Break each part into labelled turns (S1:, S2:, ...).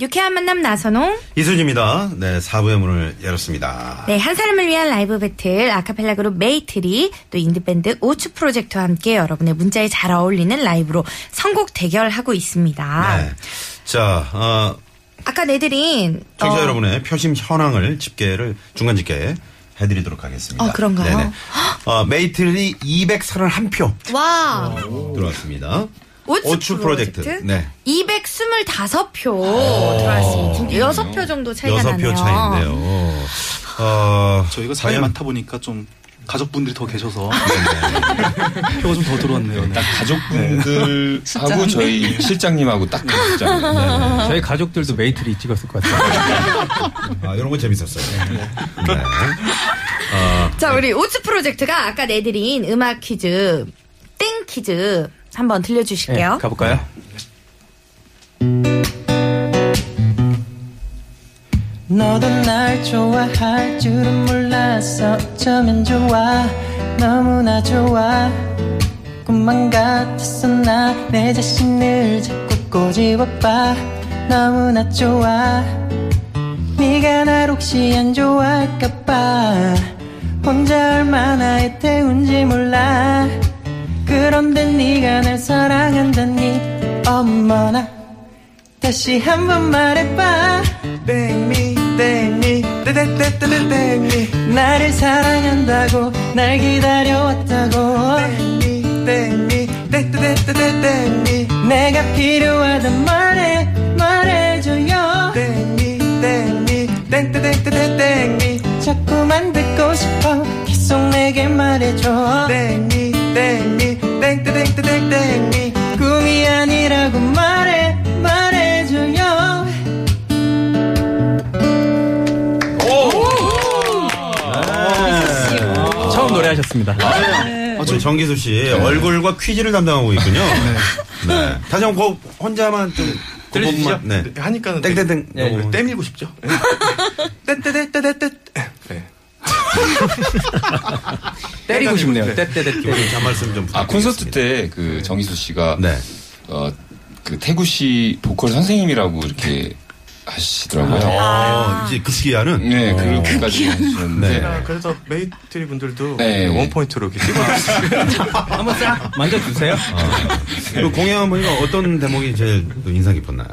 S1: 유쾌한 만남 나선홍.
S2: 이수지입니다. 네, 4부의 문을 열었습니다.
S1: 네, 한 사람을 위한 라이브 배틀 아카펠라 그룹 메이트리 또 인디밴드 오츠 프로젝트와 함께 여러분의 문자에 잘 어울리는 라이브로 선곡 대결하고 있습니다.
S2: 네. 자, 어,
S1: 아까 내드린
S2: 청취자
S1: 어,
S2: 여러분의 표심 현황을 집계를 중간 집계 해드리도록 하겠습니다.
S1: 어, 그런가요?
S2: 네네. 어, 메이틀이 231표
S1: 와,
S2: 들어왔습니다.
S1: 오츠,
S2: 어, 오츠 프로젝트. 네.
S1: 225표 들어왔습니다. 6표 정도 차이가
S2: 여섯
S1: 나네요.
S2: 표 차이인데요. 어,
S3: 저희가 사이
S2: 과연-
S3: 많다 보니까 좀 가족분들이 더 계셔서 표가 좀 더 들어왔네요. 네.
S4: 가족분들하고 저희 실장님하고 딱 그랬잖아요.
S5: 저희 가족들도 메이트리 찍었을 것 같아요.
S2: 아, 이런 거 재밌었어요. 네.
S1: 자, 우리 오츠 프로젝트가 아까 내드린 음악 퀴즈, 땡 퀴즈 한번
S5: 네,
S1: 들려주실게요.
S5: 가볼까요?
S6: 너도 날 좋아할 줄은 몰랐어 어쩌면 좋아 너무나 좋아 꿈만 같았어 나 내 자신을 자꾸 꼬집어봐 너무나 좋아 네가 날 혹시 안 좋아할까봐 혼자 얼마나 애태운지 몰라 그런데 네가 날 사랑한다니 어머나 다시 한 번 말해봐 Bang me, bang me, 따다따따따 bang me 나를 사랑한다고 날 기다려왔다고 Bang me, bang me, 따다따따따 bang me 내가 필요하단 말해 말해줘요 Bang me, bang me, 따다따따따 bang me 자꾸만 듣고 싶어 계속 내게 말해줘 Bang me, bang me, 따다따따따 bang me 꿈이 아니라고 말해 말해줘요
S2: 아.
S5: 처음 노래하셨습니다.
S2: 우리 네. 어, 정기수 씨 얼굴과 퀴즈를 담당하고 있군요. 네. 다시 한 번, 그 혼자만 좀.
S3: 들리시죠?
S2: 그것만, 네.
S3: 네, 하니까는
S2: 땡땡땡.
S3: 네, 이거
S2: 너무-
S3: 때밀고 싶죠?
S6: 떼떼떼떼떼떼
S3: 네.
S5: 때리고 싶네요.
S3: 네.
S5: 떼떼떼.
S2: 기분이 한 말씀 좀 부탁드립니다.
S4: 아 콘서트 때 그 정희수 씨가
S2: 네.
S4: 어그 태구 씨 보컬 선생님이라고 이렇게 하시더라고요.
S2: 어, 이제 그 시기야는
S4: 네 그렇게까지 하셨는데
S3: 아, 그래서 메이트리 분들도
S4: 네.
S3: 원 포인트로 이렇게 찍어주세요.
S5: 한번 싹 만져주세요.
S2: 그 공연 보니까 어떤 대목이 제일 또 인상 깊었나요?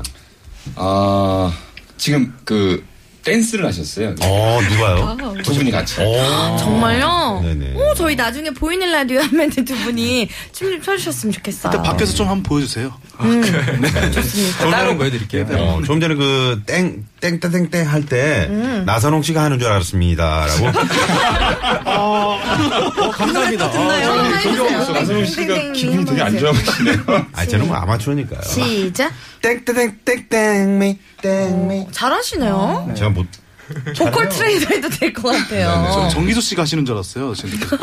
S4: 아 지금 그 댄스를 하셨어요. 네.
S2: 어, 누가요?
S4: 두 분이 같이.
S1: 정말요?
S2: 네네.
S1: 아. 오, 저희 나중에 보이는 라디오 하면 두 분이 춤 좀 춰주셨으면 좋겠어요.
S3: 밖에서 좀 한번 보여주세요. 아, 네.
S5: 따로 보여드릴게요.
S2: 어, 좀 전에 그 땡, 땡땡땡땡 할 때 나선홍 씨가 하는 줄 알았습니다. 라고.
S5: 감사합니다.
S1: 아,
S4: 아, 나선홍 네, 씨가 기분이 되게 안 좋아하시네요.
S2: 아, 저는 뭐 아마추어니까요.
S1: 시작.
S2: 땡땡땡땡땡미, 땡미.
S1: 잘하시네요.
S4: 아,
S2: 제가 못.
S4: 네,
S1: 보컬 트레이더 해도 될 것 같아요.
S3: 정기수 씨가 하시는 줄 알았어요. 지금 느껴서.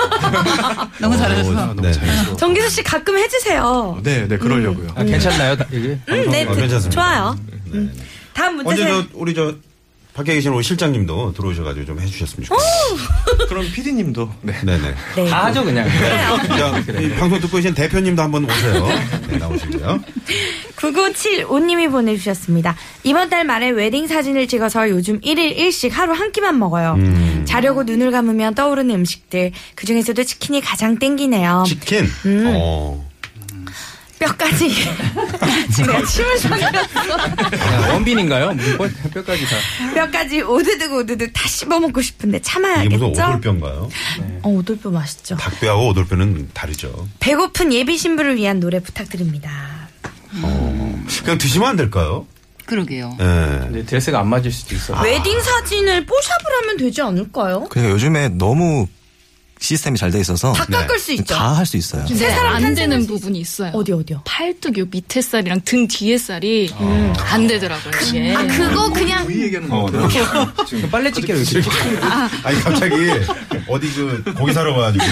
S2: 너무 잘하셔서.
S3: 너무 잘해서.
S1: 정기수 씨 가끔 해주세요.
S3: 네, 네, 그러려고요.
S5: 아, 괜찮나요? 다- 이게?
S1: 음, 네,
S2: 어, 괜찮습니다.
S1: 좋아요. 음. 다음 문제
S2: 언제
S1: 세-
S2: 저, 우리 저, 밖에 계신 우리 실장님도 들어오셔가지고 좀 해주셨으면 좋겠어요.
S3: 그럼 피디님도. 네.
S2: 네네.
S1: 네. 어.
S5: 다 하죠 그냥.
S2: 자, 이 방송 듣고 계신 대표님도 한번 오세요. 네, 나오시고요.
S1: 음. 9975님이 보내주셨습니다. 이번 달 말에 웨딩 사진을 찍어서 요즘 1일 1식 하루 한 끼만 먹어요.
S4: 음.
S1: 자려고 눈을 감으면 떠오르는 음식들. 그중에서도 치킨이 가장 땡기네요.
S2: 치킨.
S1: 음.
S2: 어.
S1: 뼈까지. 제가 침을 삼켰어.
S5: 야, 원빈인가요? 무슨 뼈- 뼈까지 다.
S1: 뼈까지 오드득 오드득 다 씹어먹고 싶은데
S2: 이게
S1: 참아야겠죠?
S2: 무슨 오돌뼈인가요?
S1: 어, 오돌뼈 맛있죠.
S2: 닭뼈하고 오돌뼈는 다르죠.
S1: 배고픈 예비 신부를 위한 노래 부탁드립니다.
S2: 그냥 드시면 안 될까요?
S7: 그러게요.
S2: 예.
S5: 근데 드레스가 안
S2: 아.
S5: 맞을 수도 있어.
S1: 웨딩 사진을 뽀샵을 하면 되지 않을까요?
S8: 그러니까 요즘에 너무
S7: 시스템이 잘 돼 있어서
S2: 네.
S1: 다 깎을 수 있죠.
S7: 다 할 수 있어요.
S1: 세 사람
S9: 안 되는
S1: 탄생할
S9: 부분이 있어요.
S1: 어디 어디요?
S9: 팔뚝 요 밑에 살이랑 등 뒤에 살이 안 되더라고요. 이게.
S10: 아, 그거 그냥
S3: 우리 얘기하는
S5: 어,
S3: 거 같아요.
S6: 빨래 찢기로 이렇게.
S4: 아니 갑자기 어디 그 고기 사러 가가지고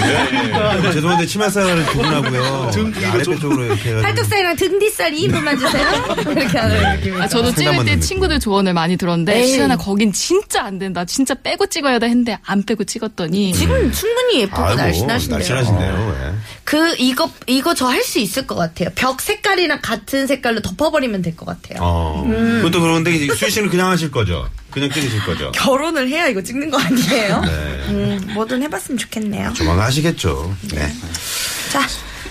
S2: 아, 죄송한데 치마살을 구분하고요. 아랫배 쪽으로 이렇게 해가지고.
S1: 팔뚝살이랑 등뒤살 2인분만 주세요. 이렇게
S2: 네.
S1: 하는 느낌이.
S9: 아, 저도 찍을 때
S2: 생각만
S9: 친구들 조언을 많이 들었는데
S1: 에이.
S9: 시연아 거긴 진짜 안 된다. 진짜 빼고 찍어야 돼 했는데 안 빼고 찍었더니
S1: 지금 충분히 예쁘고
S4: 아이고,
S1: 날씬하신데요.
S2: 날씬하신데요. 네.
S1: 그 이거 이거 저 할 수 있을 것 같아요. 벽 색깔이랑 같은 색깔로 덮어버리면 될 것
S2: 예.
S1: 같아요.
S2: 어. 그것도 그런데 이제 수희 씨는 그냥 하실 거죠. 그냥 찍으실 거죠.
S1: 결혼을 해야 이거 찍는 거 아니에요?
S2: 네.
S1: 음, 뭐든 해봤으면 좋겠네요.
S2: 조만간 하시겠죠. 네.
S1: 자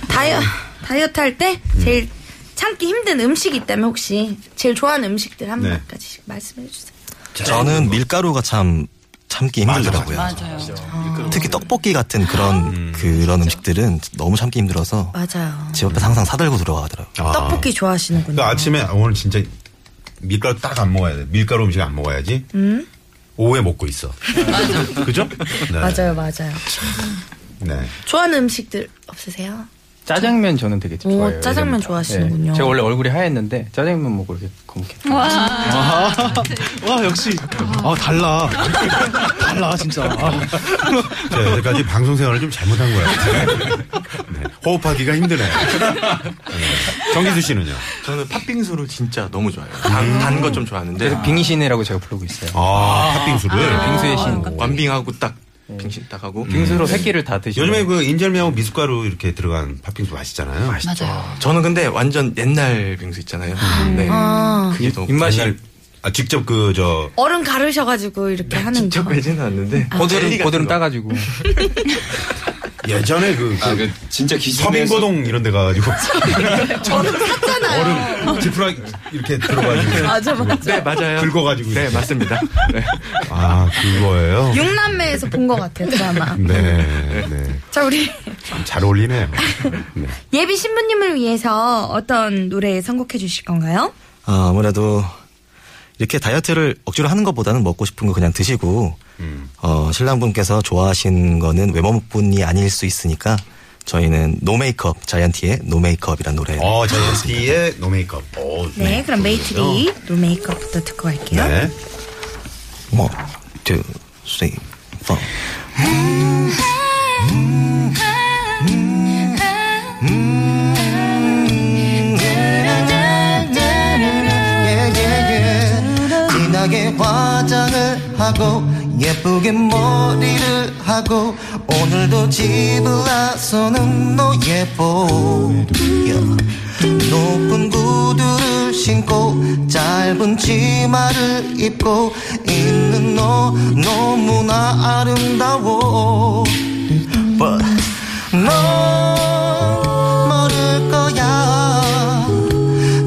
S1: 다이어 다이어트 할 때 제일 참기 힘든 음식이 있다면 혹시 제일 좋아하는 음식들 한
S2: 네.
S1: 가지씩 말씀해 주세요.
S7: 저는 밀가루가 참 참기 힘들더라고요.
S9: 맞아요. 음.
S7: 특히 떡볶이 같은 그런 그런 음식들은 너무 참기 힘들어서
S1: 맞아요.
S7: 집 앞에서 항상 사들고 들어가더라고요.
S2: 아.
S1: 떡볶이 좋아하시는군요.
S2: 그러니까 아침에 오늘 진짜 밀가루 딱 안 먹어야 돼. 밀가루 음식 안 먹어야지. 오후에 먹고 있어. 그죠? 네.
S1: 맞아요, 맞아요.
S2: 네.
S1: 좋아하는 음식들 없으세요?
S6: 짜장면 저는 되게
S1: 오,
S6: 좋아해요.
S1: 짜장면
S6: 예전부터.
S1: 좋아하시는군요.
S6: 예. 제가 원래 얼굴이 하얗는데 짜장면 먹고 이렇게 검게.
S3: 와 역시 아 달라 달라 진짜 아,
S2: 제가 여태까지 방송 생활을 좀 잘못한 거예요. 네. 호흡하기가 힘드네요. 네. 정기수 씨는요?
S7: 저는 팥빙수를 진짜 너무 좋아해요. 단 거 좀
S6: 그래서
S7: 좋아하는데
S6: 빙신이라고 제가 부르고 있어요.
S2: 아, 팥빙수를.
S8: 네,
S6: 빙수의 신.
S7: 아,
S8: 그러니까.
S7: 완빙하고 딱 음. 빙신 딱 하고
S6: 빙수로 세 끼를 다 드시고.
S2: 요즘에 그 인절미하고 미숫가루 이렇게 들어간 팥빙수 맛있잖아요.
S9: 맞아요.
S7: 저는 근데 완전 옛날 빙수 있잖아요. 네. 그게 더
S6: 입맛이
S2: 옛날- 아, 직접 그, 저,
S1: 얼음 가르셔가지고
S6: 네,
S1: 이렇게 하는 거.
S7: 되지는 않는데 아,
S6: 고드름 고드름 따가지고.
S2: 예전에 그,
S4: 아, 그 진짜 기준에서
S2: 서빙고동 이런 데 가가지고.
S1: 얼음 샀잖아요.
S2: 얼음 지푸라 이렇게 들어가지고.
S1: 맞아, 맞아.
S7: 네 맞아요.
S2: 긁어가지고.
S7: 네 맞습니다. 네.
S2: 아, 그거예요?
S1: 육남매에서 본 것 같아요, 드라마.
S2: 네. 네.
S1: 자, 우리
S2: 참 잘 어울리네요. 네.
S1: 예비 신부님을 위해서 어떤 노래 선곡해 주실 건가요?
S7: 아, 아무래도 이렇게 다이어트를 억지로 하는 것보다는 먹고 싶은 거 그냥 드시고 어, 신랑분께서 좋아하신 거는 외모뿐이 아닐 수 있으니까 저희는 노 메이크업 자이언티의 노 메이크업이란 노래
S2: 어, 자이언티의 노 메이크업. 어, 오,
S1: 네, 그럼 메이트리 노 메이크업부터 듣고 갈게요.
S2: 네.
S7: 원, 투, 쓰리, 포
S8: 진하게 화장을 하고 예쁘게 머리를 하고 오늘도 집을 나서는 너의 보여 높은 구두를 신고 짧은 치마를 입고 있는 너 너무나 아름다워 But 넌 모를 거야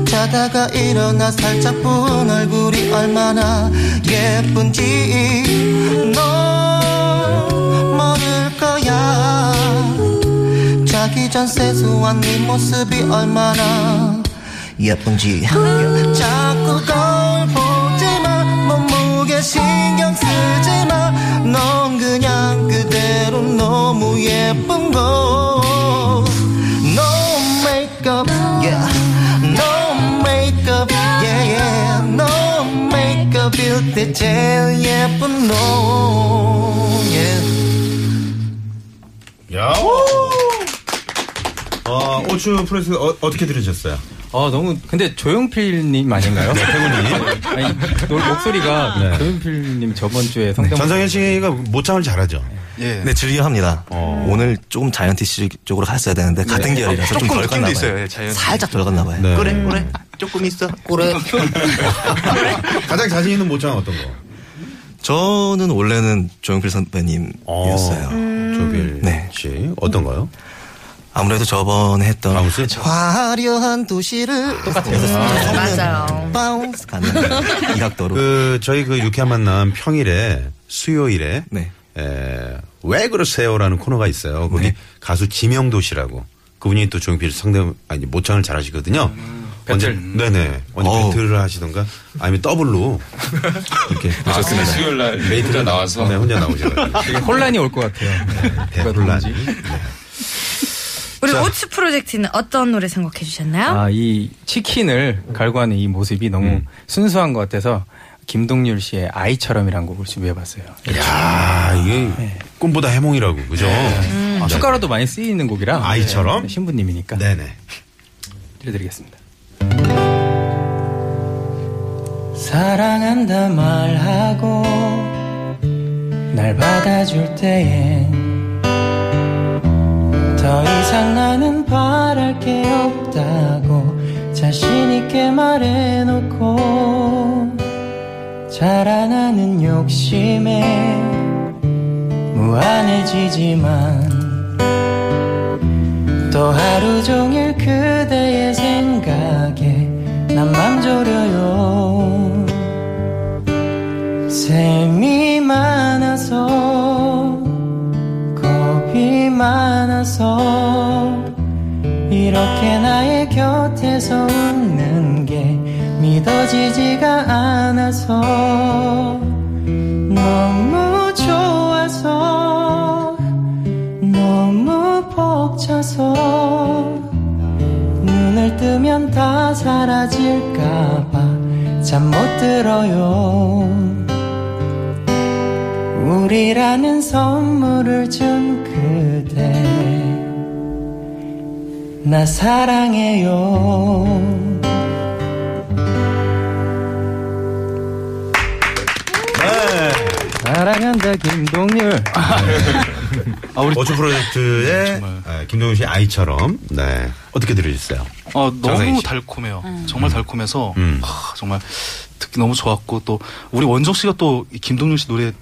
S8: 자다가 일어나 살짝 부은 얼굴이 얼마나 예쁜지 넌 모를 거야 자기 전 세수한 네 모습이 얼마나 예쁜지 자꾸 거울 보지마 몸무게 신경 쓰지마 넌 그냥 그대로 너무 예쁜 거 No makeup yeah No makeup yeah yeah No makeup일 때 제일 예쁜 너 yeah.
S2: 야. 네. 어, 오추 프레스 어, 어떻게 들으셨어요?
S6: 아 너무 근데 조용필님 아닌가요? 태훈님. 아니 노- 목소리가
S2: 네.
S6: 조용필님 저번 주에 성대모사
S2: 전상현 씨가 모창을 잘하죠.
S3: 예.
S7: 네, 즐겨합니다.
S3: 어.
S7: 오늘 조금 자이언티 씨 쪽으로 갔어야 되는데 같은 계열이라서
S3: 네. 조금
S7: 좀덜
S3: 느낌도
S7: 갔나
S3: 있어요,
S7: 봐요.
S3: 예, 자이언티.
S7: 살짝 덜 갔나 봐요.
S2: 네.
S7: 그래,
S3: 음.
S7: 그래. 조금 있어. 그래.
S2: 가장 자신 있는 모창은 어떤 거?
S7: 저는 원래는 조용필 선배님이었어요.
S3: 음.
S2: 조빌
S7: 네.
S2: 씨 어떤 거요?
S7: 아무래도 저번에 했던 음.
S2: 바운스?
S3: 그렇죠.
S8: 화려한 도시를
S1: 맞아요.
S8: 바운스
S7: 갔는데 이 각도로.
S2: 그 저희 그 유쾌한 만남 평일에 수요일에
S7: 네.
S2: 에, 왜 그러세요라는 코너가 있어요.
S4: 음,
S2: 거기 가수 지명도 씨라고 그분이 또 조용필 상대 아니 모창을 잘하시거든요. 언제 네네 언제
S7: 어우.
S2: 배틀을 하시던가 아니면 더블로 이렇게
S4: 아, 좋습니다. 수요일 날 혼자 나와서?
S2: 네, 혼자 나오죠.
S6: 되게 혼란이 올 것 같아요.
S2: 대혼란이.
S1: 우리 오츠 프로젝트는 어떤 노래 선곡해 주셨나요?
S6: 아, 이 치킨을 갈구하는 이 모습이 너무 순수한 것 같아서 김동률 씨의 아이처럼이라는 곡을 준비해봤어요.
S2: 야 아, 이게
S6: 네.
S2: 꿈보다 해몽이라고 그죠? 네.
S6: 아, 축가로도 많이 쓰이는 곡이라
S2: 아이처럼?
S6: 네, 신부님이니까
S2: 네네.
S6: 들려드리겠습니다. 사랑한다 말하고 날 받아줄 때엔 더 이상 나는 바랄 게 없다고 자신 있게 말해놓고 자라나는 욕심에 무한해지지만 또 하루 종일 그대의 생각에 난맘 졸여요 셈이 많아서 겁이 많아서 이렇게 나의 곁에서 웃는 게 믿어지지가 않아서 너무 좋아서 너무 벅차서 눈을 뜨면 다 사라질까봐 잠 못 들어요 우리라는 선물을 준 그대 나 사랑해요 네. 사랑한다 김동률
S3: 아, 우리
S2: 어쭈
S6: 네,
S2: 프로젝트의 아, 김동윤 씨 아이처럼 네 어떻게 들으셨어요?
S3: 어,
S2: 장상희
S3: 너무
S2: 씨.
S3: 달콤해요. 정말 달콤해서
S2: 음.
S3: 하, 정말 듣기 너무 좋았고 또 우리 원정 씨가 또이 김동률 씨 노래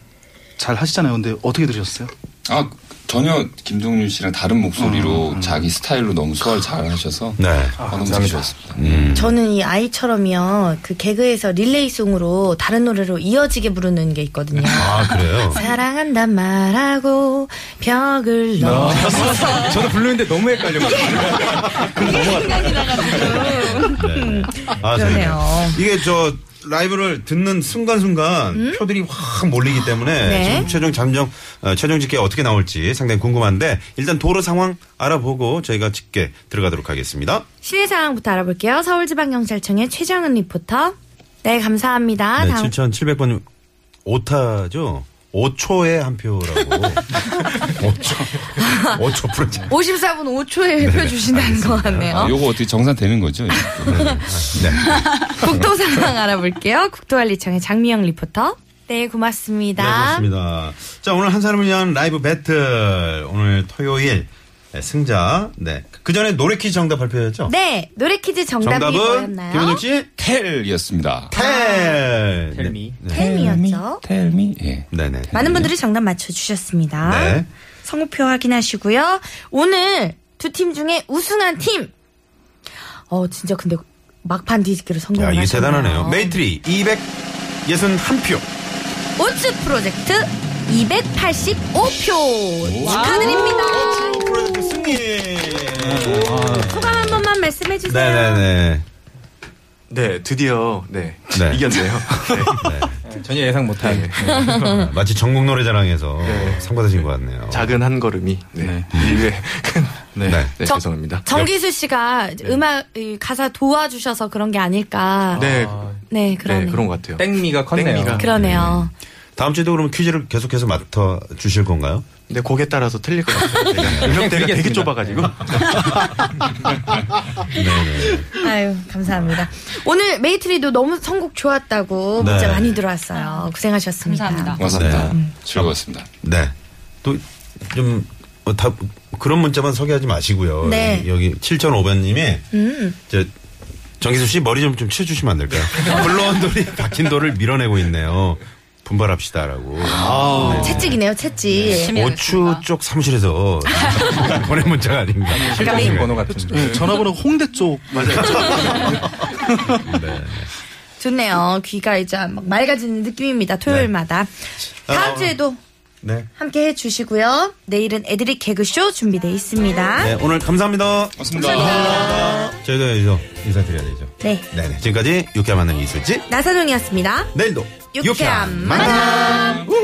S3: 잘 하시잖아요. 근데 어떻게 들으셨어요?
S4: 아 전혀 김동률 씨랑 다른 목소리로 자기 스타일로 너무 소화를 잘 하셔서
S2: 네.
S4: 아, 너무 잘 좋았습니다.
S2: 음.
S1: 저는 이 아이처럼요 그 개그에서 릴레이송으로 다른 노래로 이어지게 부르는 게 있거든요.
S2: 아 그래요?
S1: 사랑한단 말하고 벽을 넘어
S6: 저도 부르는데 너무 헷갈려
S2: 네.
S1: 그러네요.
S2: 아, 재밌네요. 이게 저 라이브를 듣는 순간순간
S6: 음?
S2: 표들이 확 몰리기 때문에
S1: 네.
S2: 지금 최종 잠정 어, 최종 집계 어떻게 나올지 상당히 궁금한데 일단 도로 상황 알아보고 저희가 집계 들어가도록 하겠습니다.
S1: 시내 상황부터 알아볼게요. 서울지방경찰청의 최정은 리포터. 네 감사합니다.
S2: 네,
S1: 다음
S2: 7,700번 오타죠. 5초에 한 표라고. 5초. 5초 프로젝트.
S1: 54분 5초에 해표 주신다는 것
S4: 아,
S1: 같네요.
S4: 요거 어떻게 정산되는 거죠?
S2: 네.
S1: 국도 상황 알아볼게요. 국도관리청의 장미영 리포터. 네, 고맙습니다.
S2: 네, 그렇습니다. 자, 오늘 한 사람을 위한 라이브 배틀. 오늘 토요일 네, 승자. 네. 그 전에 노래 퀴즈 정답 발표했죠?
S1: 네, 노래 퀴즈 정답이
S2: 정답은
S1: 뭐였나요? 아.
S2: 김현정 씨
S4: 텔이었습니다.
S2: 텔. 네.
S6: 텔미.
S4: 네,
S1: 템이었죠.
S6: 텔미
S4: 예.
S2: 네네.
S1: 많은 분들이 정답 맞춰주셨습니다.
S2: 네.
S1: 성우표 확인하시고요. 오늘 두 팀 중에 우승한 팀. 어, 진짜 근데 막판 뒤집기로
S2: 야,
S1: 성공을
S2: 이게
S1: 하셨네요.
S2: 대단하네요. 메이트리 200 예순 한 표.
S1: 오츠 프로젝트 285표 축하드립니다.
S2: 프로젝트 승리.
S1: 소감 한 번만 말씀해 주세요.
S2: 네네네.
S11: 네, 드디어 네,
S2: 네.
S11: 이겼네요.
S6: 전혀 예상 못한
S2: 아, 마치 전국 노래자랑에서 상 받으신 것 같네요.
S8: 그
S11: 작은 한 걸음이 네, 일회 큰 네,
S2: 네.
S11: 네,
S1: 정-
S11: 죄송합니다.
S1: 정기수 씨가 음악 이 가사 도와주셔서 그런 게 아닐까.
S11: 네,
S1: 네, 그러네요.
S11: 네, 그런 것 같아요.
S6: 땡미가 컸네요
S11: 땡미가.
S1: 그러네요.
S2: 다음 주에도 그러면 퀴즈를 계속해서 맡아 주실 건가요?
S11: 근데 곡에 따라서 틀릴 것 같아요. 음역대가 되게
S6: 드리겠습니다.
S11: 좁아가지고.
S1: 아유, 감사합니다. 오늘 메이트리도 너무 선곡 좋았다고
S2: 네.
S1: 문자 많이 들어왔어요. 고생하셨습니다.
S9: 감사합니다.
S4: 고맙습니다. 즐거웠습니다.
S2: 네. 또좀 어, 다 그런 문자만 소개하지 마시고요.
S1: 네.
S2: 여기 7,500님이
S9: 음.
S2: 저 정기수 씨 머리 좀 좀 치워주시면 안 될까요? 물러온 돌이 박힌 돌을 밀어내고 있네요. 분발합시다라고.
S9: 아,
S2: 아,
S1: 채찍이네요, 채찍.
S9: 열심히
S2: 오추
S9: 하겠습니다.
S2: 쪽 사무실에서 보낸 문자가 아닌가.
S6: 실명 번호 같은
S3: 네, 전화번호 홍대 쪽 맞아요.
S2: 네.
S1: 좋네요. 귀가 이제 막 맑아지는 느낌입니다. 토요일마다. 다음
S2: 어,
S1: 주에도
S2: 네.
S1: 함께 해주시고요. 내일은 애드립 개그쇼 준비돼 있습니다.
S2: 네, 오늘 감사합니다.
S4: 고맙습니다.
S2: 저희도 여기서 인사드려야 되죠.
S1: 네.
S2: 네네. 지금까지 유쾌한 만남 이수지.
S1: 나선홍이었습니다.
S2: 내일도
S1: 유쾌한
S2: 만남. 우!